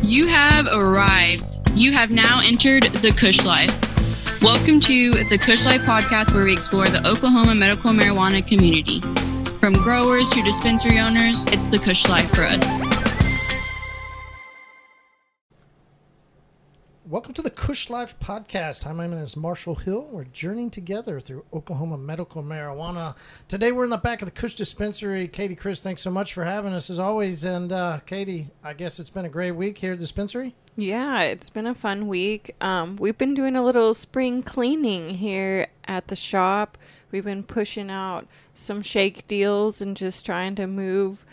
You have arrived. You have now entered the Kush Life. Welcome to the Kush Life podcast, where we explore the Oklahoma medical marijuana community. From growers to dispensary owners, it's the Kush Life for us. Welcome to the Kush Life Podcast. Hi, my name is Marshall Hill. We're journeying together through Oklahoma medical marijuana. Today, we're in the back of the Kush Dispensary. Katie, Chris, thanks so much for having us as always. And uh, Katie, I guess it's been a great week here at the dispensary. Yeah, it's been a fun week. Um, we've been doing a little spring cleaning here at the shop. We've been pushing out some shake deals and just trying to move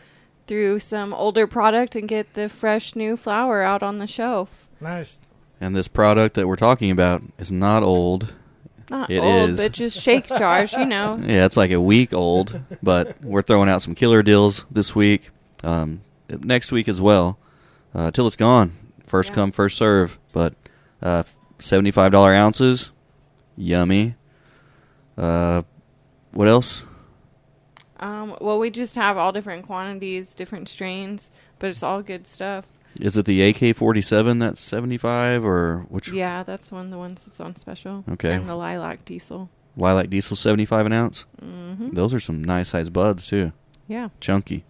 through some older product and get the fresh new flower out on the shelf. Nice. And this product that we're talking about is not old. Not It old, is. but just shake jars, you know. Yeah, it's like a week old, but we're throwing out some killer deals this week, um, next week as well, uh, till it's gone. First Yeah. come, first serve. But uh, seventy-five dollar ounces, yummy. Uh, what else? Um, well, we just have all different quantities, different strains, but it's all good stuff. Is it the AK forty-seven that's seventy-five or which? Yeah, that's one of the ones that's on special. Okay. And the lilac diesel. Lilac diesel seventy-five an ounce. Mm-hmm. Those are some nice sized buds too. Yeah. Chunky.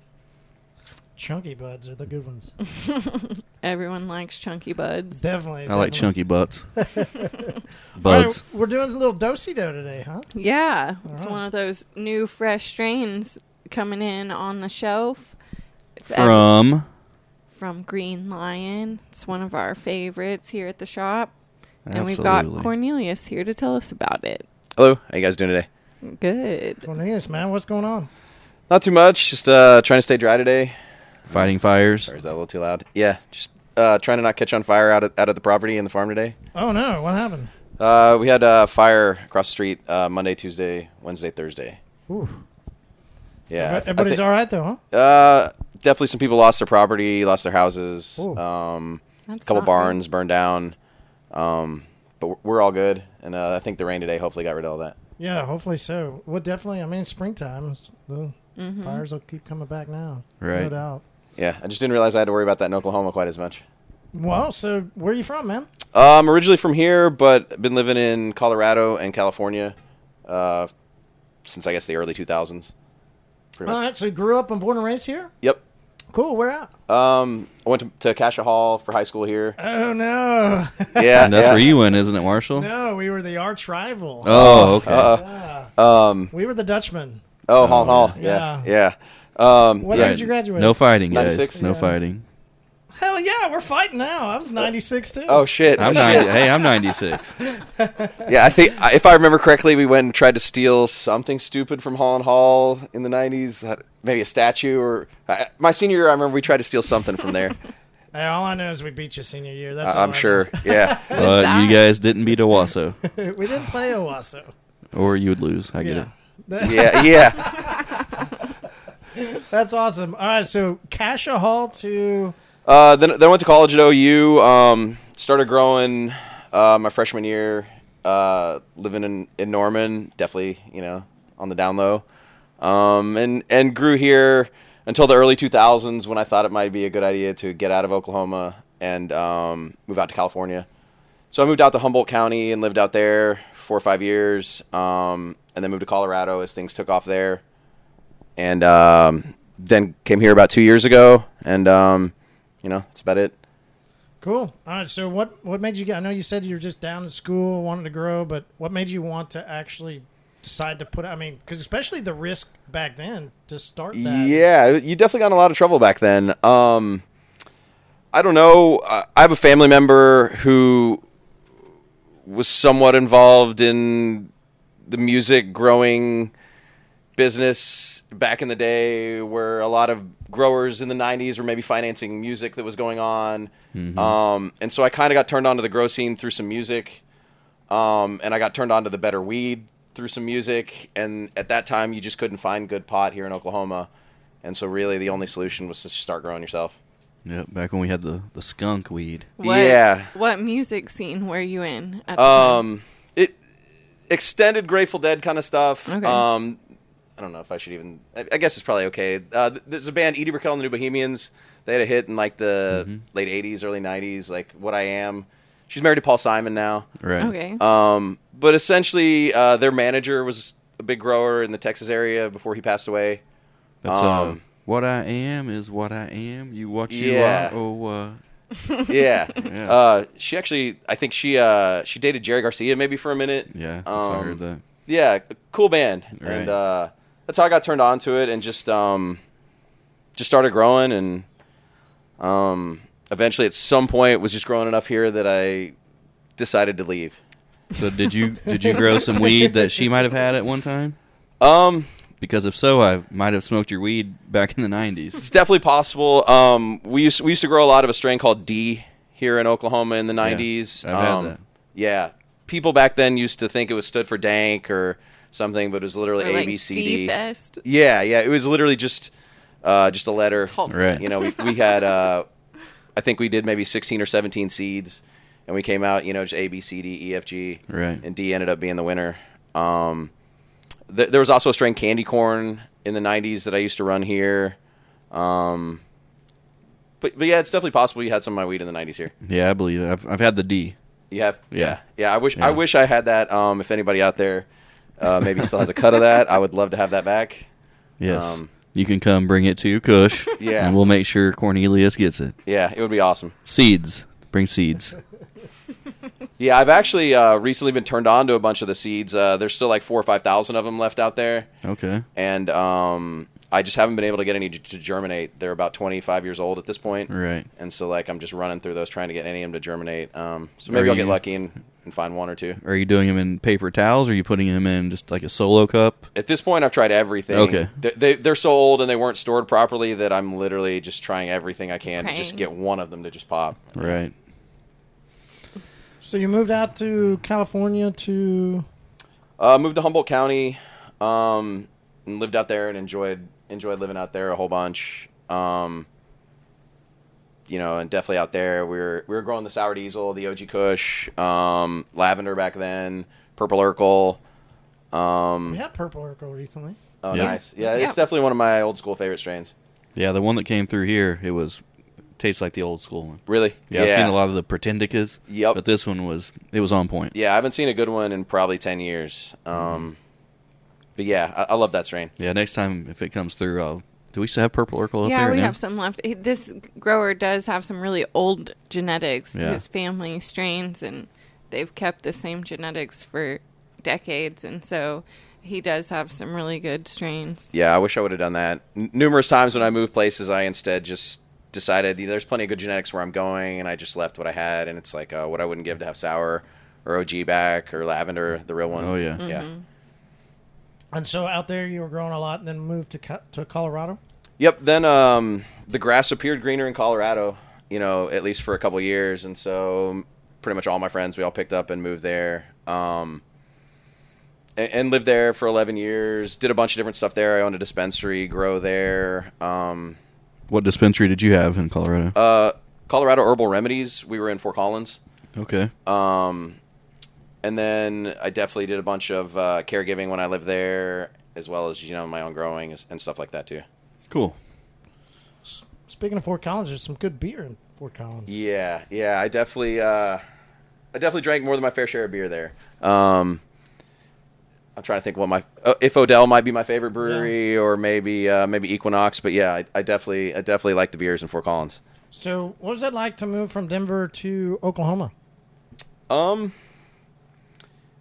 Chunky buds are the good ones. Everyone likes chunky buds. definitely. I like definitely. chunky butts. All right, buds. we're doing a little dosey do today, huh? Yeah, All it's right. one of those new fresh strains coming in on the shelf. It's ev- From from Green Lion. It's one of our favorites here at the shop, and we've Absolutely. got Cornelius here to tell us about it. Hello, how you guys doing today? Good. Cornelius, man, what's going on? Not too much, just uh, trying to stay dry today. fighting fires. Sorry, is that a little too loud? Yeah, just uh, trying to not catch on fire out at, out at the property and the farm today. Oh, no. What happened? Uh, we had uh, fire across the street uh, Monday, Tuesday, Wednesday, Thursday. Ooh. Yeah, I- I Everybody's thi- all right, though, huh? Uh, definitely some people lost their property, lost their houses. Ooh. Um, That's couple not good. barns burned down. Um, but we're- we're all good, and uh, I think the rain today hopefully got rid of all that. Yeah, hopefully so. Well, definitely. I mean, it's springtime. it's- The fires will keep coming back now. No Right. doubt. Yeah, I just didn't realize I had to worry about that in Oklahoma quite as much. Well, so where are you from, man? Um, originally from here, but been living in Colorado and California uh, since I guess the early 2000s. Pretty All much. right, so you grew up and born and raised here? Yep. Cool, where at? Um, I went to, to Acacia Hall for high school here. Oh, no. Yeah, And that's yeah. where you went, isn't it, Marshall? no, we were the arch rival. Oh, okay. Uh, Yeah. um, We were the Dutchmen. oh, Hall and Hall. Yeah, yeah. Um, What yeah. year did you graduate? No fighting, guys. 96? No Yeah. fighting. Hell yeah, we're fighting now. I was 96, too. Oh shit! I'm Oh, shit. 90, hey, I'm 96. Yeah, I think I- if I remember correctly, we went and tried to steal something stupid from Hall and Hall in the '90s, uh, maybe a statue or I, my senior year. I remember we tried to steal something from there. Hey, all I know is we beat you senior year. That's I- all I'm I sure. Yeah. But that? you guys didn't beat Owasso, know. we didn't play Owasso. or you would lose. I get Yeah. yeah, yeah. That's awesome. All right, so Kasha Hall to. Uh, then, then I went to college at OU. Um, started growing uh, my freshman year. Uh, living in, in Norman, definitely, you know, on the down low, um, and and grew here until the early 2000s when I thought it might be a good idea to get out of Oklahoma and um, move out to California. So I moved out to Humboldt County and lived out there four or five years, um, and then moved to Colorado as things took off there, and um, then came here about two years ago, and um, you know that's about it. Cool. All right, so what, what made you get. I know you said you were just down in school, wanted to grow, but what made you want to actually decide to put. I mean, because especially the risk back then to start that. Yeah, you definitely got in a lot of trouble back then. Um, I don't know. I I have a family member who was somewhat involved in the music growing business back in the day, where a lot of growers in the '90s were maybe financing music that was going on, um, and so I kind of got turned on to the grow scene through some music um, and I got turned on to the better weed through some music. And at that time, you just couldn't find good pot here in Oklahoma, and so really the only solution was to start growing yourself. it. Yep, back when we had the, the skunk weed. What, Yeah. What music scene were you in? At the time? Um, it extended Grateful Dead kind of stuff. Okay. Um, I don't know if I should even. I, I guess it's probably okay. Uh, th- there's a band, Edie Brickell and the New Bohemians. They had a hit in like the late '80s, early '90s, like "What I Am." She's married to Paul Simon now. Right. Okay. Um, but essentially, uh, their manager was a big grower in the Texas area before he passed away. That's Um, um, what I am is what I am. You what you Yeah. are. Oh, uh, yeah. Yeah. Uh, she actually, I think she uh, she dated Jerry Garcia maybe for a minute. yeah. That's I Um, heard that. Yeah, c- cool band, Right. and uh, that's how I got turned on to it, and just um, just started growing, and um, eventually at some point was just growing enough here that I decided to leave. So did you did you grow some weed that she might have had at one time? Um, Because if so, I might have smoked your weed back in the nineties. It's definitely possible. Um, we used we used to grow a lot of a strain called D here in Oklahoma in the '90s. I've had um, that. Yeah, people back then used to think it was stood for dank or something, but it was literally Or, A like, B C D. D-fest. Yeah, yeah, it was literally just uh, just a letter. Tulsa. Right. You know, we, we had uh, I think we did maybe 16 or 17 seeds, and we came out you know just A B C D E F G. Right. And D ended up being the winner. Um, th- there was also a strain candy corn in the 90s that I used to run here. Um, but, but yeah, it's definitely possible you had some of my weed in the 90s here. Yeah, I believe it. I've I've had the D. You have? Yeah. Yeah, I wish Yeah. I wish I had that. Um, if anybody out there uh, maybe still has a cut of that, I would love to have that back. Yes. Um, you can come bring it to Kush. Yeah. And we'll make sure Cornelius gets it. Yeah, it would be awesome. Seeds. Bring seeds. Yeah, I've actually uh, recently been turned on to a bunch of the seeds. Uh, there's still like four or 5,000 of them left out there. Okay. And um, I just haven't been able to get any to, to germinate. They're about 25 years old at this point. Right. and so like I'm just running through those trying to get any of them to germinate. Um, so maybe Are I'll get you- lucky and, and find one or two. Are you doing them in paper towels? Or are you putting them in just like a solo cup? At this point, I've tried everything. Okay. they, they they're so old and they weren't stored properly that I'm literally just trying everything I can to just Praying. get one of them to just pop. Right. So you moved out to California to Uh, moved to Humboldt County, um, and lived out there and enjoyed enjoyed living out there a whole bunch. Um, you know, and definitely out there we were we were growing the sour diesel, the OG Kush, um, lavender back then, purple Urkel. Um, we had Purple Oracle recently. Oh, Yeah. nice. Yeah, Yeah. it's definitely one of my old school favorite strains. Yeah, the one that came through here, it was tastes like the old school one. Really? Yeah, I've seen a lot of the Pretendicas. Yep. But this one was it was on point. Yeah, I haven't seen a good one in probably ten years. Um, Mm-hmm. but yeah, I, I love that strain. Yeah, next time if it comes through, I'll. Do we still have purple Urkel up yeah, there we now? have some left. He- This grower does have some really old genetics. Yeah. His family strains, and they've kept the same genetics for decades, and so he does have some really good strains. Yeah, I wish I would have done that. N- numerous times when I moved places, I instead just decided you know, there's plenty of good genetics where I'm going, and I just left what I had, and it's like uh, what I wouldn't give to have sour or OG back or lavender, the real one. Oh, yeah. yeah. And so out there you were growing a lot and then moved to Co- to Colorado. Yep. Then um, the grass appeared greener in Colorado. You know, at least for a couple years, and so pretty much all my friends we all picked up and moved there. Um, and, and lived there for 11 years. Did a bunch of different stuff there. I owned a dispensary, grow there. Um, What dispensary did you have in Colorado? uh, Colorado Herbal Remedies. We were in Fort Collins. okay. Um, and then I definitely did a bunch of uh, caregiving when I lived there, as well as you know my own growing and- and stuff like that too. cool. Speaking of Fort Collins, there's some good beer in Fort Collins. Yeah, yeah, I definitely, uh, I definitely drank more than my fair share of beer there. Um, I'm trying to think what my uh, if Odell might be my favorite brewery or maybe uh, maybe Equinox, but yeah, I, I definitely I definitely like the beers in Fort Collins. So what was it like to move from Denver to Oklahoma? Um,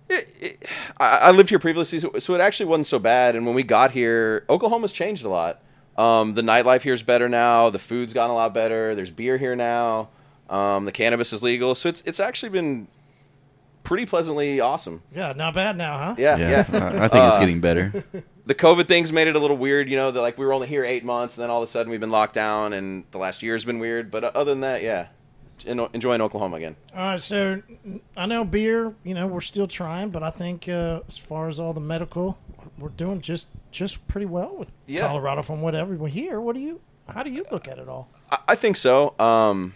it, it, I, I lived here previously, so, so it actually wasn't so bad. And when we got here, Oklahoma's changed a lot. Um, the nightlife here's better now. The food's gotten a lot better. There's beer here now. Um, the cannabis is legal, so it's it's actually been pretty pleasantly awesome. Yeah, not bad now, huh? Yeah, Yeah, yeah. I, I think it's Uh, getting better. The COVID things made it a little weird, you know. That like we were only here eight months, and then all of a sudden we've been locked down, and the last year's been weird. But uh, other than that, yeah, En- enjoying Oklahoma again. All right, so n- I know beer. You know, we're still trying, but I think uh, as far as all the medical, we're doing just just pretty well with Yeah. Colorado from what everyone here. What do you? How do you look at it all? I- I think so. Um,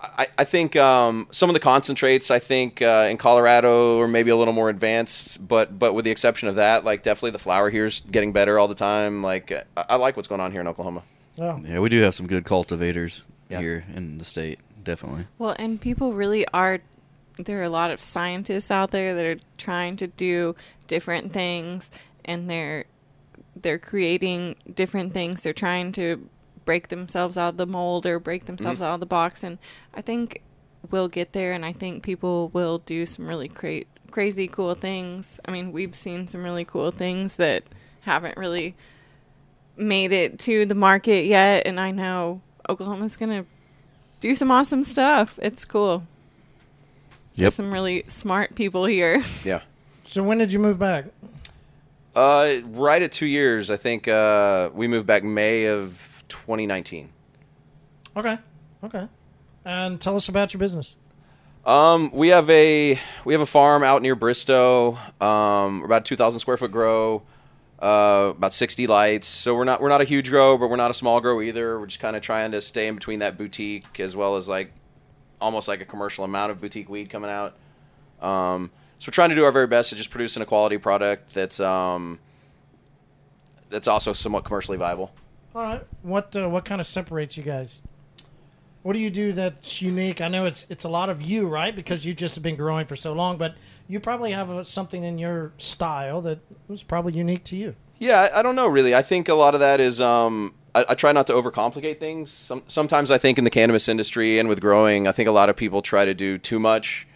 I, I think um, some of the concentrates I think uh, in Colorado are maybe a little more advanced, but but with the exception of that, like definitely the flower here's getting better all the time. Like I, I like what's going on here in Oklahoma. Well, Yeah, we do have some good cultivators Yeah. here in the state, definitely. Well, and people really are. There are a lot of scientists out there that are trying to do different things, and they're they're creating different things. They're trying to break themselves out of the mold or break themselves out of the box. And I think we'll get there. And I think people will do some really cra- crazy, cool things. I mean, we've seen some really cool things that haven't really made it to the market yet. And I know Oklahoma's gonna do some awesome stuff. It's cool. There's some really smart people here. Yeah. so when did you move back? Uh, right at two years, I think uh, we moved back May of 2019. Okay, okay, and tell us about your business. Um, we have a we have a farm out near Bristow. Um, we're about two thousand square foot grow, uh, about sixty lights. So we're not we're not a huge grow, but we're not a small grow either. We're just kind of trying to stay in between that boutique as well as like almost like a commercial amount of boutique weed coming out. Um, so we're trying to do our very best to just producing a quality product that's um, that's also somewhat commercially viable. All right. What uh, what kind of separates you guys? What do you do that's unique? I know it's it's a lot of you, right? Because you just have been growing for so long, but you probably have a, something in your style that was probably unique to you. Yeah, I, I don't know really. I think a lot of that is um, I, I try not to overcomplicate things. Some, sometimes I think in the cannabis industry and with growing, I think a lot of people try to do too much.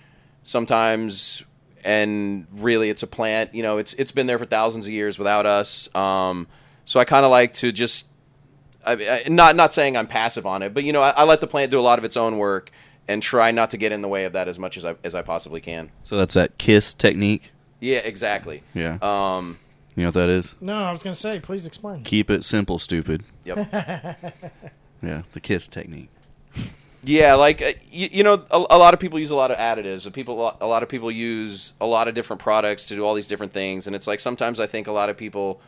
Sometimes, and really, it's a plant. You know, it's it's been there for thousands of years without us. Um, so I kind of like to just I, I, not not saying I'm passive on it, but you know, I, I let the plant do a lot of its own work and try not to get in the way of that as much as I as I possibly can. So that's that kiss technique. Yeah, exactly. Yeah. Uh, Um, you know what that is? No, I was going to say, please explain. Keep it simple, stupid. yep. Yeah, the kiss technique. Yeah, like uh, you, you know, a, a lot of people use a lot of additives. and People, a lot of people use a lot of different products to do all these different things, and it's like sometimes I think a lot of people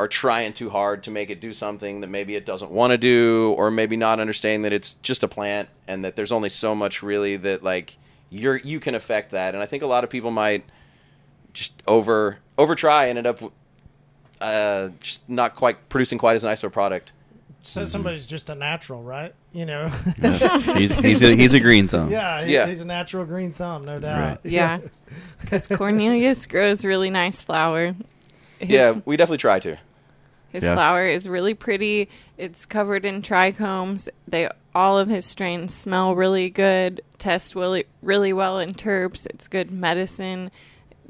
are trying too hard to make it do something that maybe it doesn't want to do, or maybe not understanding that it's just a plant and that there's only so much really that like you're you can affect that. And I think a lot of people might just over over try and end up uh, just not quite producing quite as nice of a product. Says somebody's just a natural, right? You know, He's he's a, he's a green thumb. yeah, he- Yeah. he's a natural green thumb, no doubt. Yeah. Because Cornelius grows really nice flower. His, Yeah, we definitely try to. His Yeah. flower is really pretty. It's covered in trichomes. They all of his strains smell really good. Test really really well in terps. It's good medicine.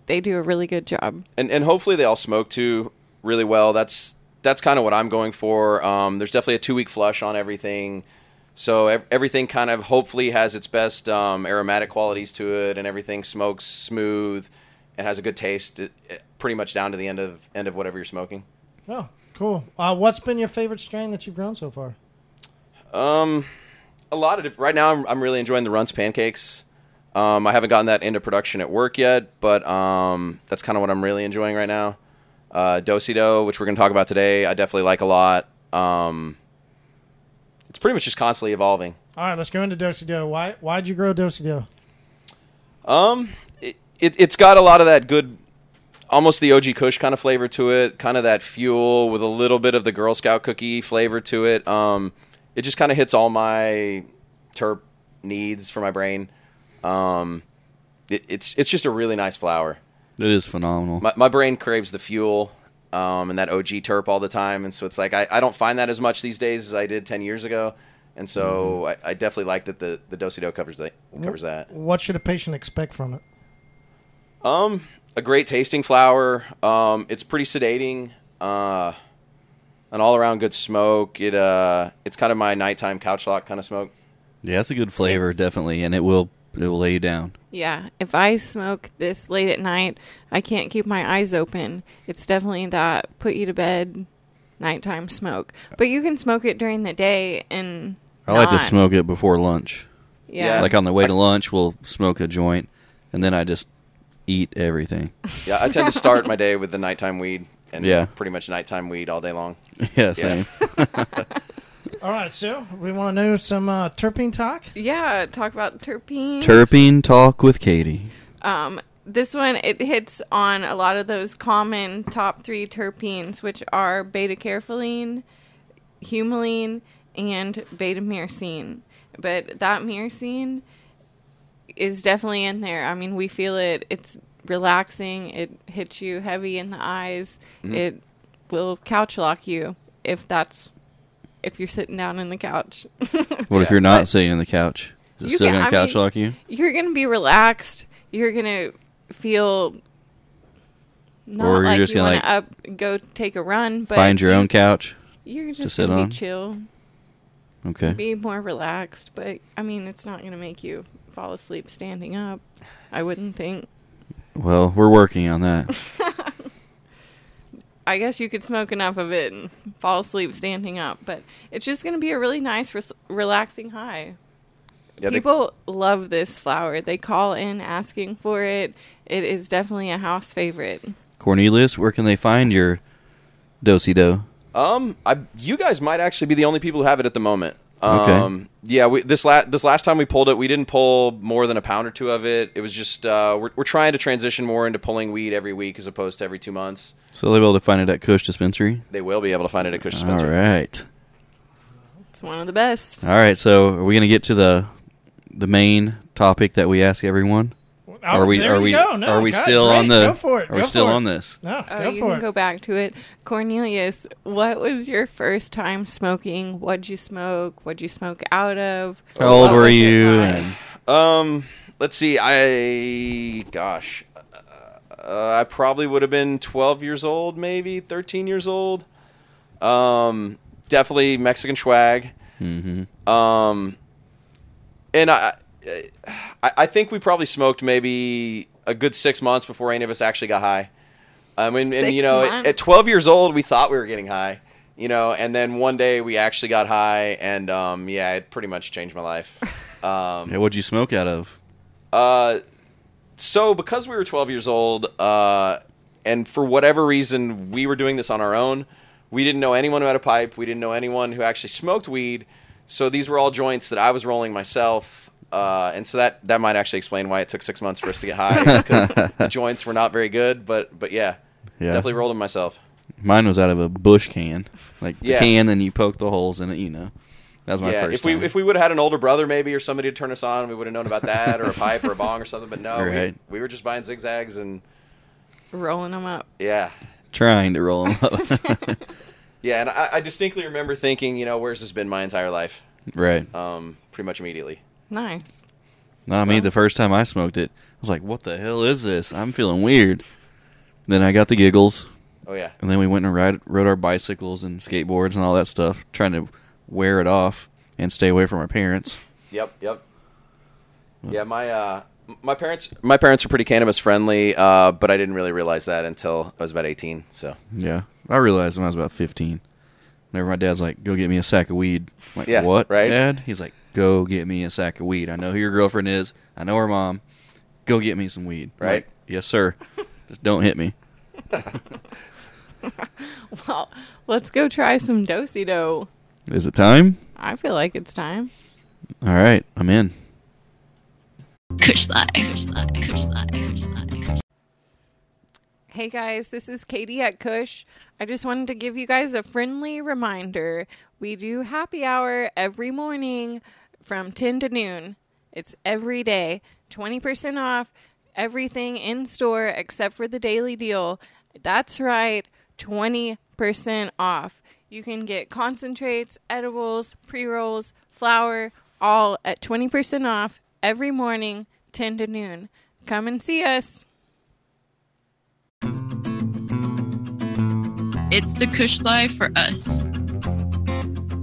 They do a really good job. and and hopefully they all smoke too really well. That's that's kind of what I'm going for. Um, there's definitely a two week flush on everything, so ev- everything kind of hopefully has its best um, aromatic qualities to it, and everything smokes smooth and has a good taste, it, it- pretty much down to the end of end of whatever you're smoking. Oh, cool. Uh, what's been your favorite strain that you've grown so far? Um, a lot of diff- right now. I'm I'm really enjoying the Runts pancakes. Um, I haven't gotten that into production at work yet, but um, that's kind of what I'm really enjoying right now. Uh, Dosido, which we're going to talk about today, I definitely like a lot. Um, it's pretty much just constantly evolving. All right, let's go into Dosido. Why why'd you grow Dosido? Um, it, it it's got a lot of that good, almost the OG Kush kind of flavor to it, kind of that fuel with a little bit of the Girl Scout cookie flavor to it. Um, it just kind of hits all my terp needs for my brain. Um, it, it's it's just a really nice flower. It is phenomenal. My my brain craves the fuel. Um, and that OG terp all the time, and so it's like I, I don't find that as much these days as I did ten years ago, and so I, I definitely like that the the Dosido covers the, covers that. What should a patient expect from it? Um, a great tasting flower. Um, it's pretty sedating. Uh, an all around good smoke. It uh, it's kind of my nighttime couch lock kind of smoke. yeah, it's a good flavor, definitely, and it will it will lay you down. Yeah, if I smoke this late at night, I can't keep my eyes open. It's definitely that put you to bed nighttime smoke. But you can smoke it during the day and I like to not. smoke it before lunch. Yeah. Like on the way to lunch, we'll smoke a joint, and then I just eat everything. Yeah, I tend to start my day with the nighttime weed and Yeah. pretty much nighttime weed all day long. yeah, same. All right, so we want to know some uh, terpene talk. Yeah, talk about terpenes. Terpene talk with Katie. Um, this one it hits on a lot of those common top three terpenes, which are beta carpholine, humulene, and beta myrcene. But that myrcene is definitely in there. I mean, we feel it. It's relaxing. It hits you heavy in the eyes. It will couch lock you if that's if you're sitting down in the couch. What if Yeah, you're not but- sitting in the couch? Is it You still can- going I to couch mean- lock you? you're gonna be relaxed. You're gonna feel not Or you're like just you gonna, want to up go take a run, but Find your you- own couch. You're just sit gonna on. be chill, Okay. be more relaxed. But I mean, it's not gonna make you fall asleep standing up. I wouldn't think. Well, we're working on that. I guess you could smoke enough of it and fall asleep standing up, but it's just gonna be a really nice, res- relaxing high. Yeah, they- People love this flower. They call in asking for it. It is definitely a house favorite. Cornelius, where can they find your dosey do? Um, I you guys might actually be the only people who have it at the moment. Um, Okay. Yeah, we, this last this last time we pulled it, we didn't pull more than a pound or two of it. It was just uh, we're we're trying to transition more into pulling weed every week as opposed to every two months. So they'll be able to find it at Kush Dispensary. They will be able to find it at Cush All Spencer. right. It's one of the best. All right. So are we going to get to the the main topic that we ask everyone? Oh, are we there are you we go. No, are we God, still great. on the Go for it. Are we Go still for it. on this? No, Oh, go you for can it. go back to it. Cornelius, what was your first time smoking? What'd you smoke? What'd you smoke out of? How old What were was it you? like? And Um, let's see. I gosh, uh, I probably would have been 12 years old, maybe 13 years old. Um, definitely Mexican swag. Mm-hmm. Um, and I, I, I think we probably smoked maybe a good six months before any of us actually got high. I mean, and you Six know, at, months. at 12 years old, we thought we were getting high. You know, and then one day we actually got high, and um, yeah, it pretty much changed my life. Um, yeah, what'd you smoke out of? uh, so because we were 12 years old, uh, and for whatever reason, we were doing this on our own. We didn't know anyone who had a pipe. We didn't know anyone who actually smoked weed. So these were all joints that I was rolling myself. Uh, and so that, that might actually explain why it took six months for us to get high because the joints were not very good. But but yeah, Yeah. definitely rolled them myself. Mine was out of a bush can, like the Yeah. can, and you poke the holes in it. You know, that was my yeah, first. if we time. if we would have had an older brother maybe or somebody to turn us on, we would have known about that or a pipe or a bong or something. But no, we- Right. we were just buying zigzags and Rolling them up. yeah, trying to roll them up, Yeah, and I, I distinctly remember thinking, you know, where's this been my entire life? right? Um, pretty much immediately. Nice. Not me. The first time I smoked it, I was like, "What the hell is this? I'm feeling weird." Then I got the giggles, Oh yeah, and then we went and ride, rode our bicycles and skateboards and all that stuff, trying to wear it off and stay away from our parents. yep, yep. Yeah, my uh, m- my parents my parents were pretty cannabis friendly, uh, but I didn't really realize that until I was about eighteen. So Yeah, I realized when I was about 15. Whenever my dad's like, "Go get me a sack of weed," I'm like, Yeah, "What, right? Dad?" He's like, "Go get me a sack of weed. I know who your girlfriend is. I know her mom. Go get me some weed." I'm Right. like, yes, sir. Just don't hit me. Well, let's go try some dosi do. Is it time? I feel like it's time. All right, I'm in. Kush Live. Kush Live. Kush Live. Kush Live. Hey guys, this is Katie at Kush. I just wanted to give you guys a friendly reminder. We do happy hour every morning from 10 to noon. It's every day, 20% off everything in store except for the daily deal. That's right, 20% off. You can get concentrates, edibles, pre rolls, flour, all at 20% off every morning, 10 to noon. Come and see us. It's the Kush Live for us.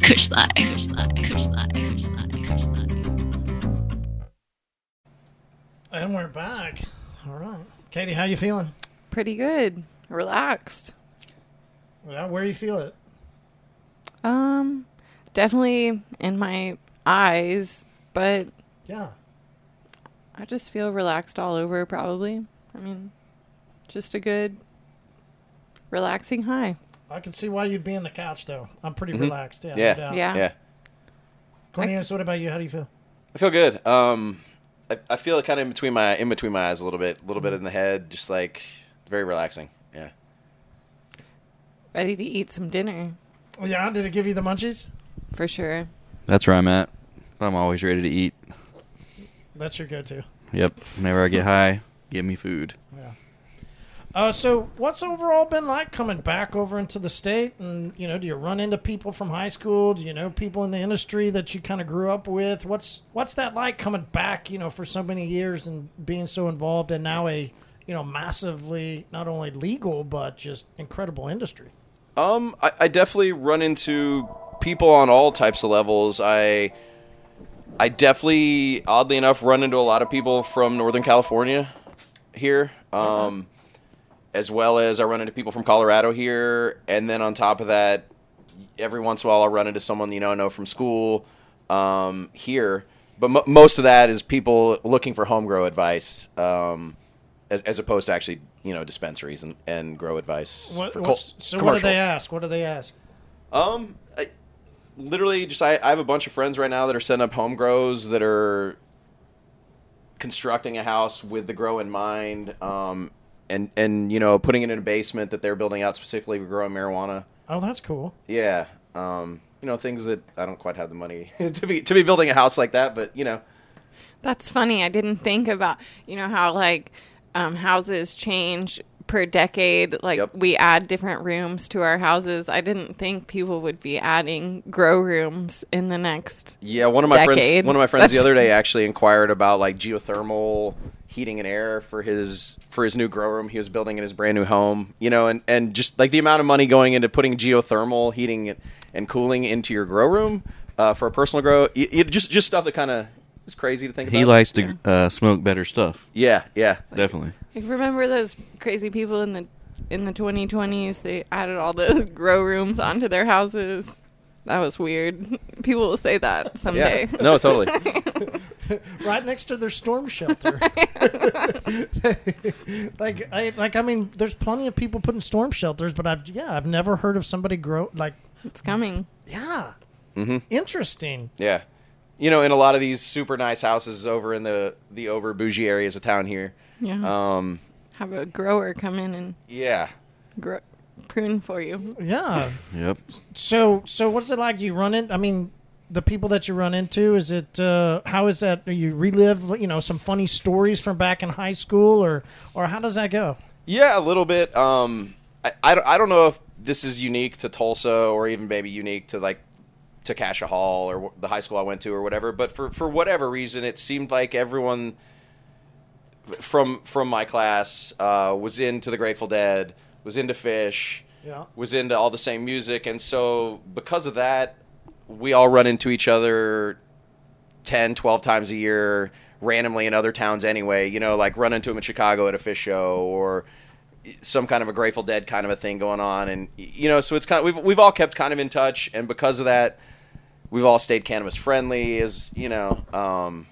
Kush Live. Kush Live. Kush Live. Kush Live. Kush Live. And we're back. All right, Katie, how you feeling? pretty good relaxed Yeah, where do you feel it? um definitely in my eyes but Yeah. i just feel relaxed all over probably i mean just a good relaxing high I can see why you'd be in the couch though. I'm pretty relaxed. Yeah. no Mm-hmm. Yeah. doubt. yeah yeah, Cornelius, what about you? How do you feel? I feel good. Um, I, I feel kind of in between my in between my eyes a little bit, a little bit in the head, just like very relaxing. Yeah. Ready to eat some dinner Well, yeah, did it give you the munchies? for sure. That's where I'm at. I'm always ready to eat. That's your go-to. Yep. Whenever I get high, give me food. Yeah. Uh, so, what's overall been like coming back over into the state? And you know, do you run into people from high school? Do you know people in the industry that you kind of grew up with? What's What's that like coming back? You know, for so many years and being so involved, and now a you know massively not only legal but just incredible industry. Um, I, I definitely run into people on all types of levels. I I definitely, oddly enough, run into a lot of people from Northern California here, um, as well as I run into people from Colorado here, and then on top of that, every once in a while I'll run into someone you know I know from school um, here. But mo most of that is people looking for home grow advice, um, as, as opposed to actually you know dispensaries and, and grow advice. What, for col- what's, so, what do commercial. they ask? What do they ask? Um, I, literally, just I, I have a bunch of friends right now that are setting up home grows that are constructing a house with the grow in mind. Um, and and you know, putting it in a basement that they're building out specifically for growing marijuana. Oh, that's cool. Yeah. Um, you know, things that I don't quite have the money to be to be building a house like that, but you know, That's funny. I didn't think about you know how like um, houses change per decade. Like Yep. we add different rooms to our houses. I didn't think people would be adding grow rooms in the next. Yeah, one of my decade. friends one of my friends the That's- other day actually inquired about like geothermal heating and air for his for his new grow room he was building in his brand new home, you know, and and just like the amount of money going into putting geothermal heating and cooling into your grow room uh, for a personal grow, y it just just stuff that kind of is crazy to think about. He likes to uh, smoke better stuff. Yeah, yeah. Definitely. Like, remember those crazy people in the in the 2020s? They added all those grow rooms onto their houses. That was weird. People will say that someday. Yeah. No, totally. right next to their storm shelter. like, I, like I mean, there's plenty of people putting storm shelters, but I've yeah, I've never heard of somebody grow like It's coming. yeah, interesting. Yeah. You know, in a lot of these super nice houses over in the the over bougie areas of town here. Yeah. Um Have a grower come in and yeah. grow, prune for you. Yeah. Yep. So, so what's it like? Do you run in? I mean, the people that you run into, is it? Uh, how is that? Do you relive you know some funny stories from back in high school, or or how does that go? Yeah, a little bit. Um, I, I, don't- I don't know if this is unique to Tulsa or even maybe unique to like to Cacha Hall or wh- the high school I went to or whatever. But for, for whatever reason, it seemed like everyone from from my class uh, was into the Grateful Dead, was into Fish, Yeah. was into all the same music, and so because of that, we all run into each other 10, 12 times a year randomly in other towns anyway. You know, like run into them in Chicago at a fish show or some kind of a Grateful Dead kind of a thing going on. And, y- you know, so it's kind of, we've, we've all kept kind of in touch. And because of that, we've all stayed cannabis friendly, as, you know, um,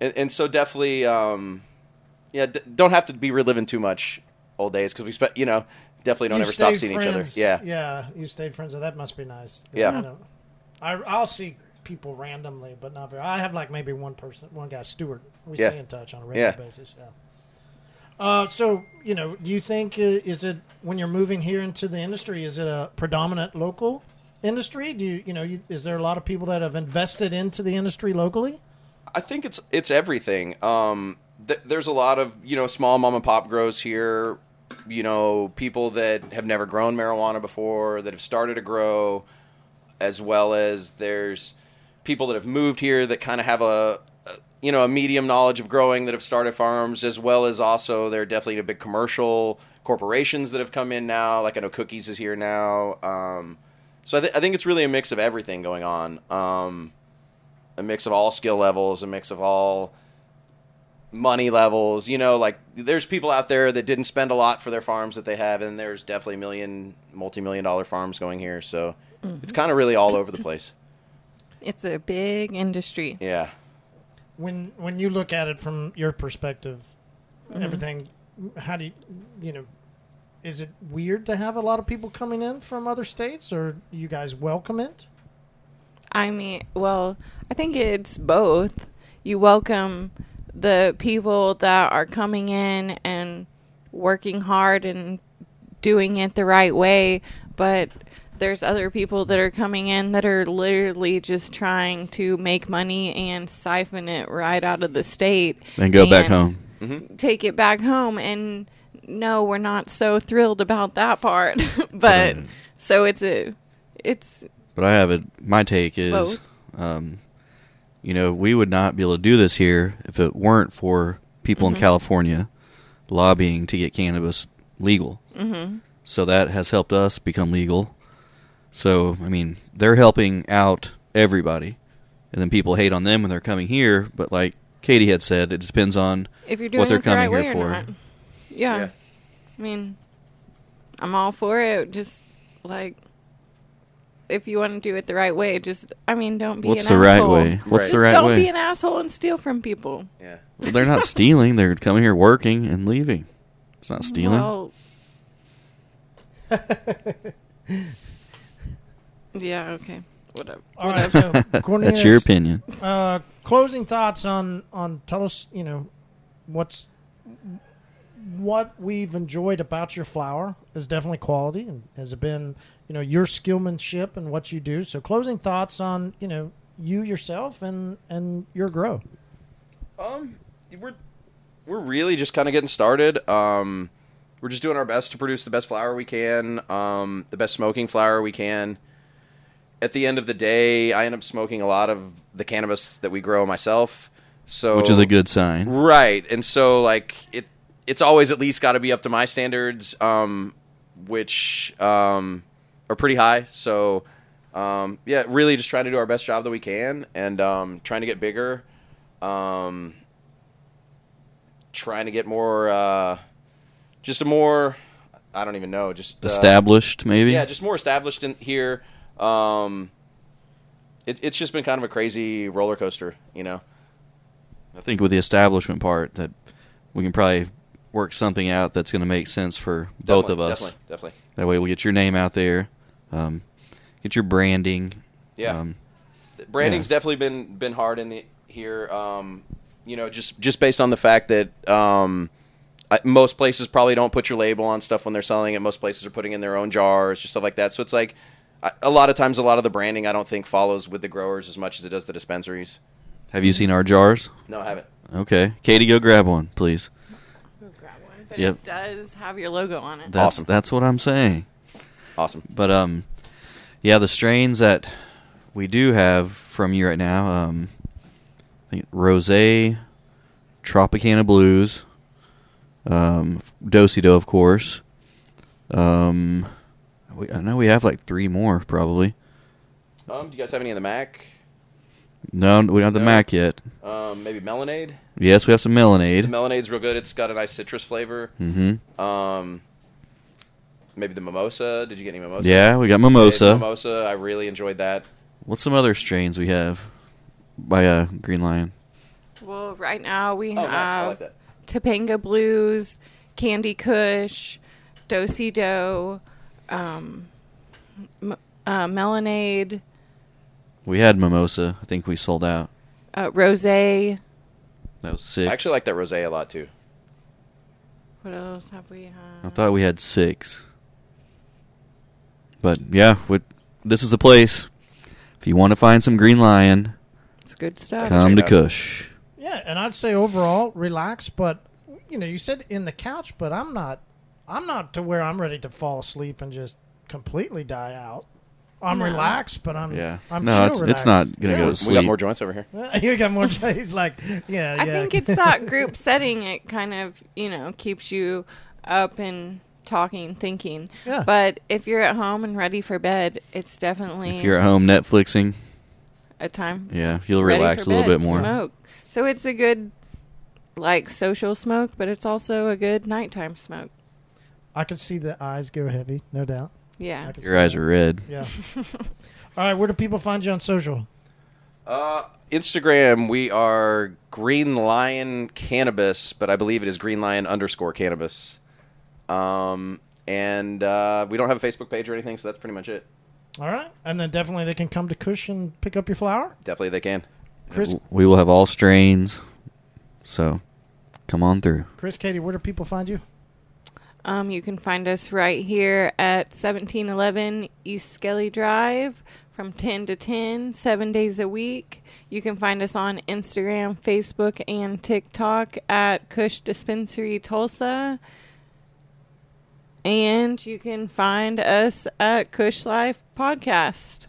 and, and so definitely, um, yeah, d- don't have to be reliving too much old days because we spent, you know, definitely don't You ever stop stayed seeing each other. friends. Yeah. Yeah. You stayed friends, so that must be nice. Yeah. I, don't- I I'll see people randomly, but not very. I have like maybe one person, one guy, Stuart. We Yeah. stay in touch on a regular Yeah. basis. Yeah. Uh, so you know, do you think uh, is it when you're moving here into the industry? Is it a predominant local industry? Do you you know you, is there a lot of people that have invested into the industry locally? I think it's it's everything. Um, th- there's a lot of you know small mom and pop grows here. You know, people that have never grown marijuana before that have started to grow, as well as there's people that have moved here that kind of have a, a you know a medium knowledge of growing that have started farms, as well as also there are definitely the big commercial corporations that have come in now. Like I know Cookies is here now. Um, so I, th- I think it's really a mix of everything going on. Um, a mix of all skill levels, a mix of all money levels. You know, like there's people out there that didn't spend a lot for their farms that they have, and there's definitely million, multi-million dollar farms going here. So it's kind of really all over the place. It's a big industry. Yeah. When when you look at it from your perspective, everything, how do you you know? Is it weird to have a lot of people coming in from other states, or you guys welcome it? I mean, well, I think it's both. You welcome the people that are coming in and working hard and doing it the right way, but there's other people that are coming in that are literally just trying to make money and siphon it right out of the state And go back home. Take it back home and no, we're not so thrilled about that part. but Right. so it's a it's But I have it. My take is, um, you know, we would not be able to do this here if it weren't for people Mm-hmm. in California lobbying to get cannabis legal. Mm-hmm. So that has helped us become legal. So I mean, they're helping out everybody, and then people hate on them when they're coming here. But like Katie had said, it depends on if you're doing what they're it the coming right here way or for. Not. Yeah. Yeah. I mean, I'm all for it. Just like if you want to do it the right way, just I mean, don't be What's an the right asshole. way? What's Right. the Just right don't way? be an asshole and steal from people. Yeah. Well, they're not stealing. They're coming here working and leaving. It's not stealing. Well, yeah, okay. Whatever. All right, so Cornelius, That's your opinion. Uh, closing thoughts on on tell us, you know, what's what we've enjoyed about your flower is definitely quality and has been, you know, your skillmanship and what you do. So closing thoughts on, you know, you yourself and and your grow. Um, we're we're really just kind of getting started. Um, we're just doing our best to produce the best flower we can, um, the best smoking flower we can. At the end of the day, I end up smoking a lot of the cannabis that we grow myself. So uh, Which is a good sign. Right. And so like it it's always at least got to be up to my standards um which um are pretty high. So um yeah, really just trying to do our best job that we can and um trying to get bigger. Um trying to get more uh just a more I don't even know, just uh, Established, maybe. yeah, just more established in here. Um it, it's just been kind of a crazy roller coaster, you know. I think with the establishment part that we can probably work something out that's going to make sense for both of Definitely, us. Definitely. Definitely. That way, we'll get your name out there, um, get your branding. Yeah. Um, branding's Yeah. definitely been been hard in the here. Um, you know, just just based on the fact that um, I, most places probably don't put your label on stuff when they're selling it. Most places are putting in their own jars, just stuff like that. So it's like I, a lot of times, a lot of the branding I don't think follows with the growers as much as it does the dispensaries. have you seen our jars? No, I haven't. Okay, Katie, go grab one, please. Grab one, but Yep. it does have your logo on it. That's Awesome. that's what I'm saying. Awesome. But um, yeah, the strains that we do have from you right now, um, I think Rosé, Tropicana Blues, um, Dosido, of course. Um, we, I know we have like three more probably. Um, do you guys have any in the Mac? No, we don't have the No. Mac yet. Um, maybe Melonade. Yes, we have some The Melonade. Melonade's real good. It's got a nice citrus flavor. hmm Um, maybe the mimosa. Did you get any mimosa? Yeah, we got Okay, Mimosa. Mimosa. I really enjoyed that. What's some other strains we have by uh, Green Lion? Well, right now we Oh, have nice. I like that. Topanga Blues, Candy Kush, Dosey Do, um, m- uh, Melonade, We had Mimosa. I think we sold out. uh, Rose. That was six. I actually like that rose a lot too. What else have we had? I thought we had six. But yeah, we, this is the place. If you want to find some Green Lion, It's good stuff. come to check it out. Kush. Yeah, and I'd say overall relax, but you know, you said in the couch, but I'm not I'm not to where I'm ready to fall asleep and just completely die out. I'm No. relaxed, but I'm Yeah. I'm no, chill it's relaxed. it's not gonna Yeah. go to sleep. We got more joints over here. you got more. He's like, yeah, I yeah. think it's that group setting. It kind of, you know, keeps you up and talking, thinking. Yeah. But if you're at home and ready for bed, it's definitely if you're at home Netflixing, a time yeah, you'll ready relax a for little bed, bit more. Smoke. So it's a good like social smoke, but it's also a good nighttime smoke. I could see the eyes go heavy, no doubt. Yeah. I could Your see eyes that. are red. Yeah. All right, where do people find you on social? Uh, Instagram, we are Green Lion Cannabis, but I believe it is Green Lion underscore Cannabis. Um, and uh, we don't have a Facebook page or anything, so that's pretty much it. All right, and then definitely they can come to Cush and pick up your flower. Definitely they can. Chris, We will have all strains. So come on through. Chris, Katie, where do people find you? Um, you can find us right here at 1711 East Skelly Drive from 10 to 10, seven days a week. You can find us on Instagram, Facebook, and TikTok at Cush Dispensary Tulsa. And you can find us at Cush Life Podcast.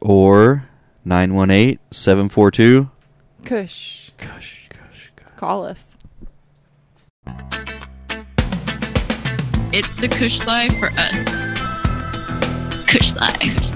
Or 918 742. Cush. Call us. It's the Kush Life for us. Kush Life.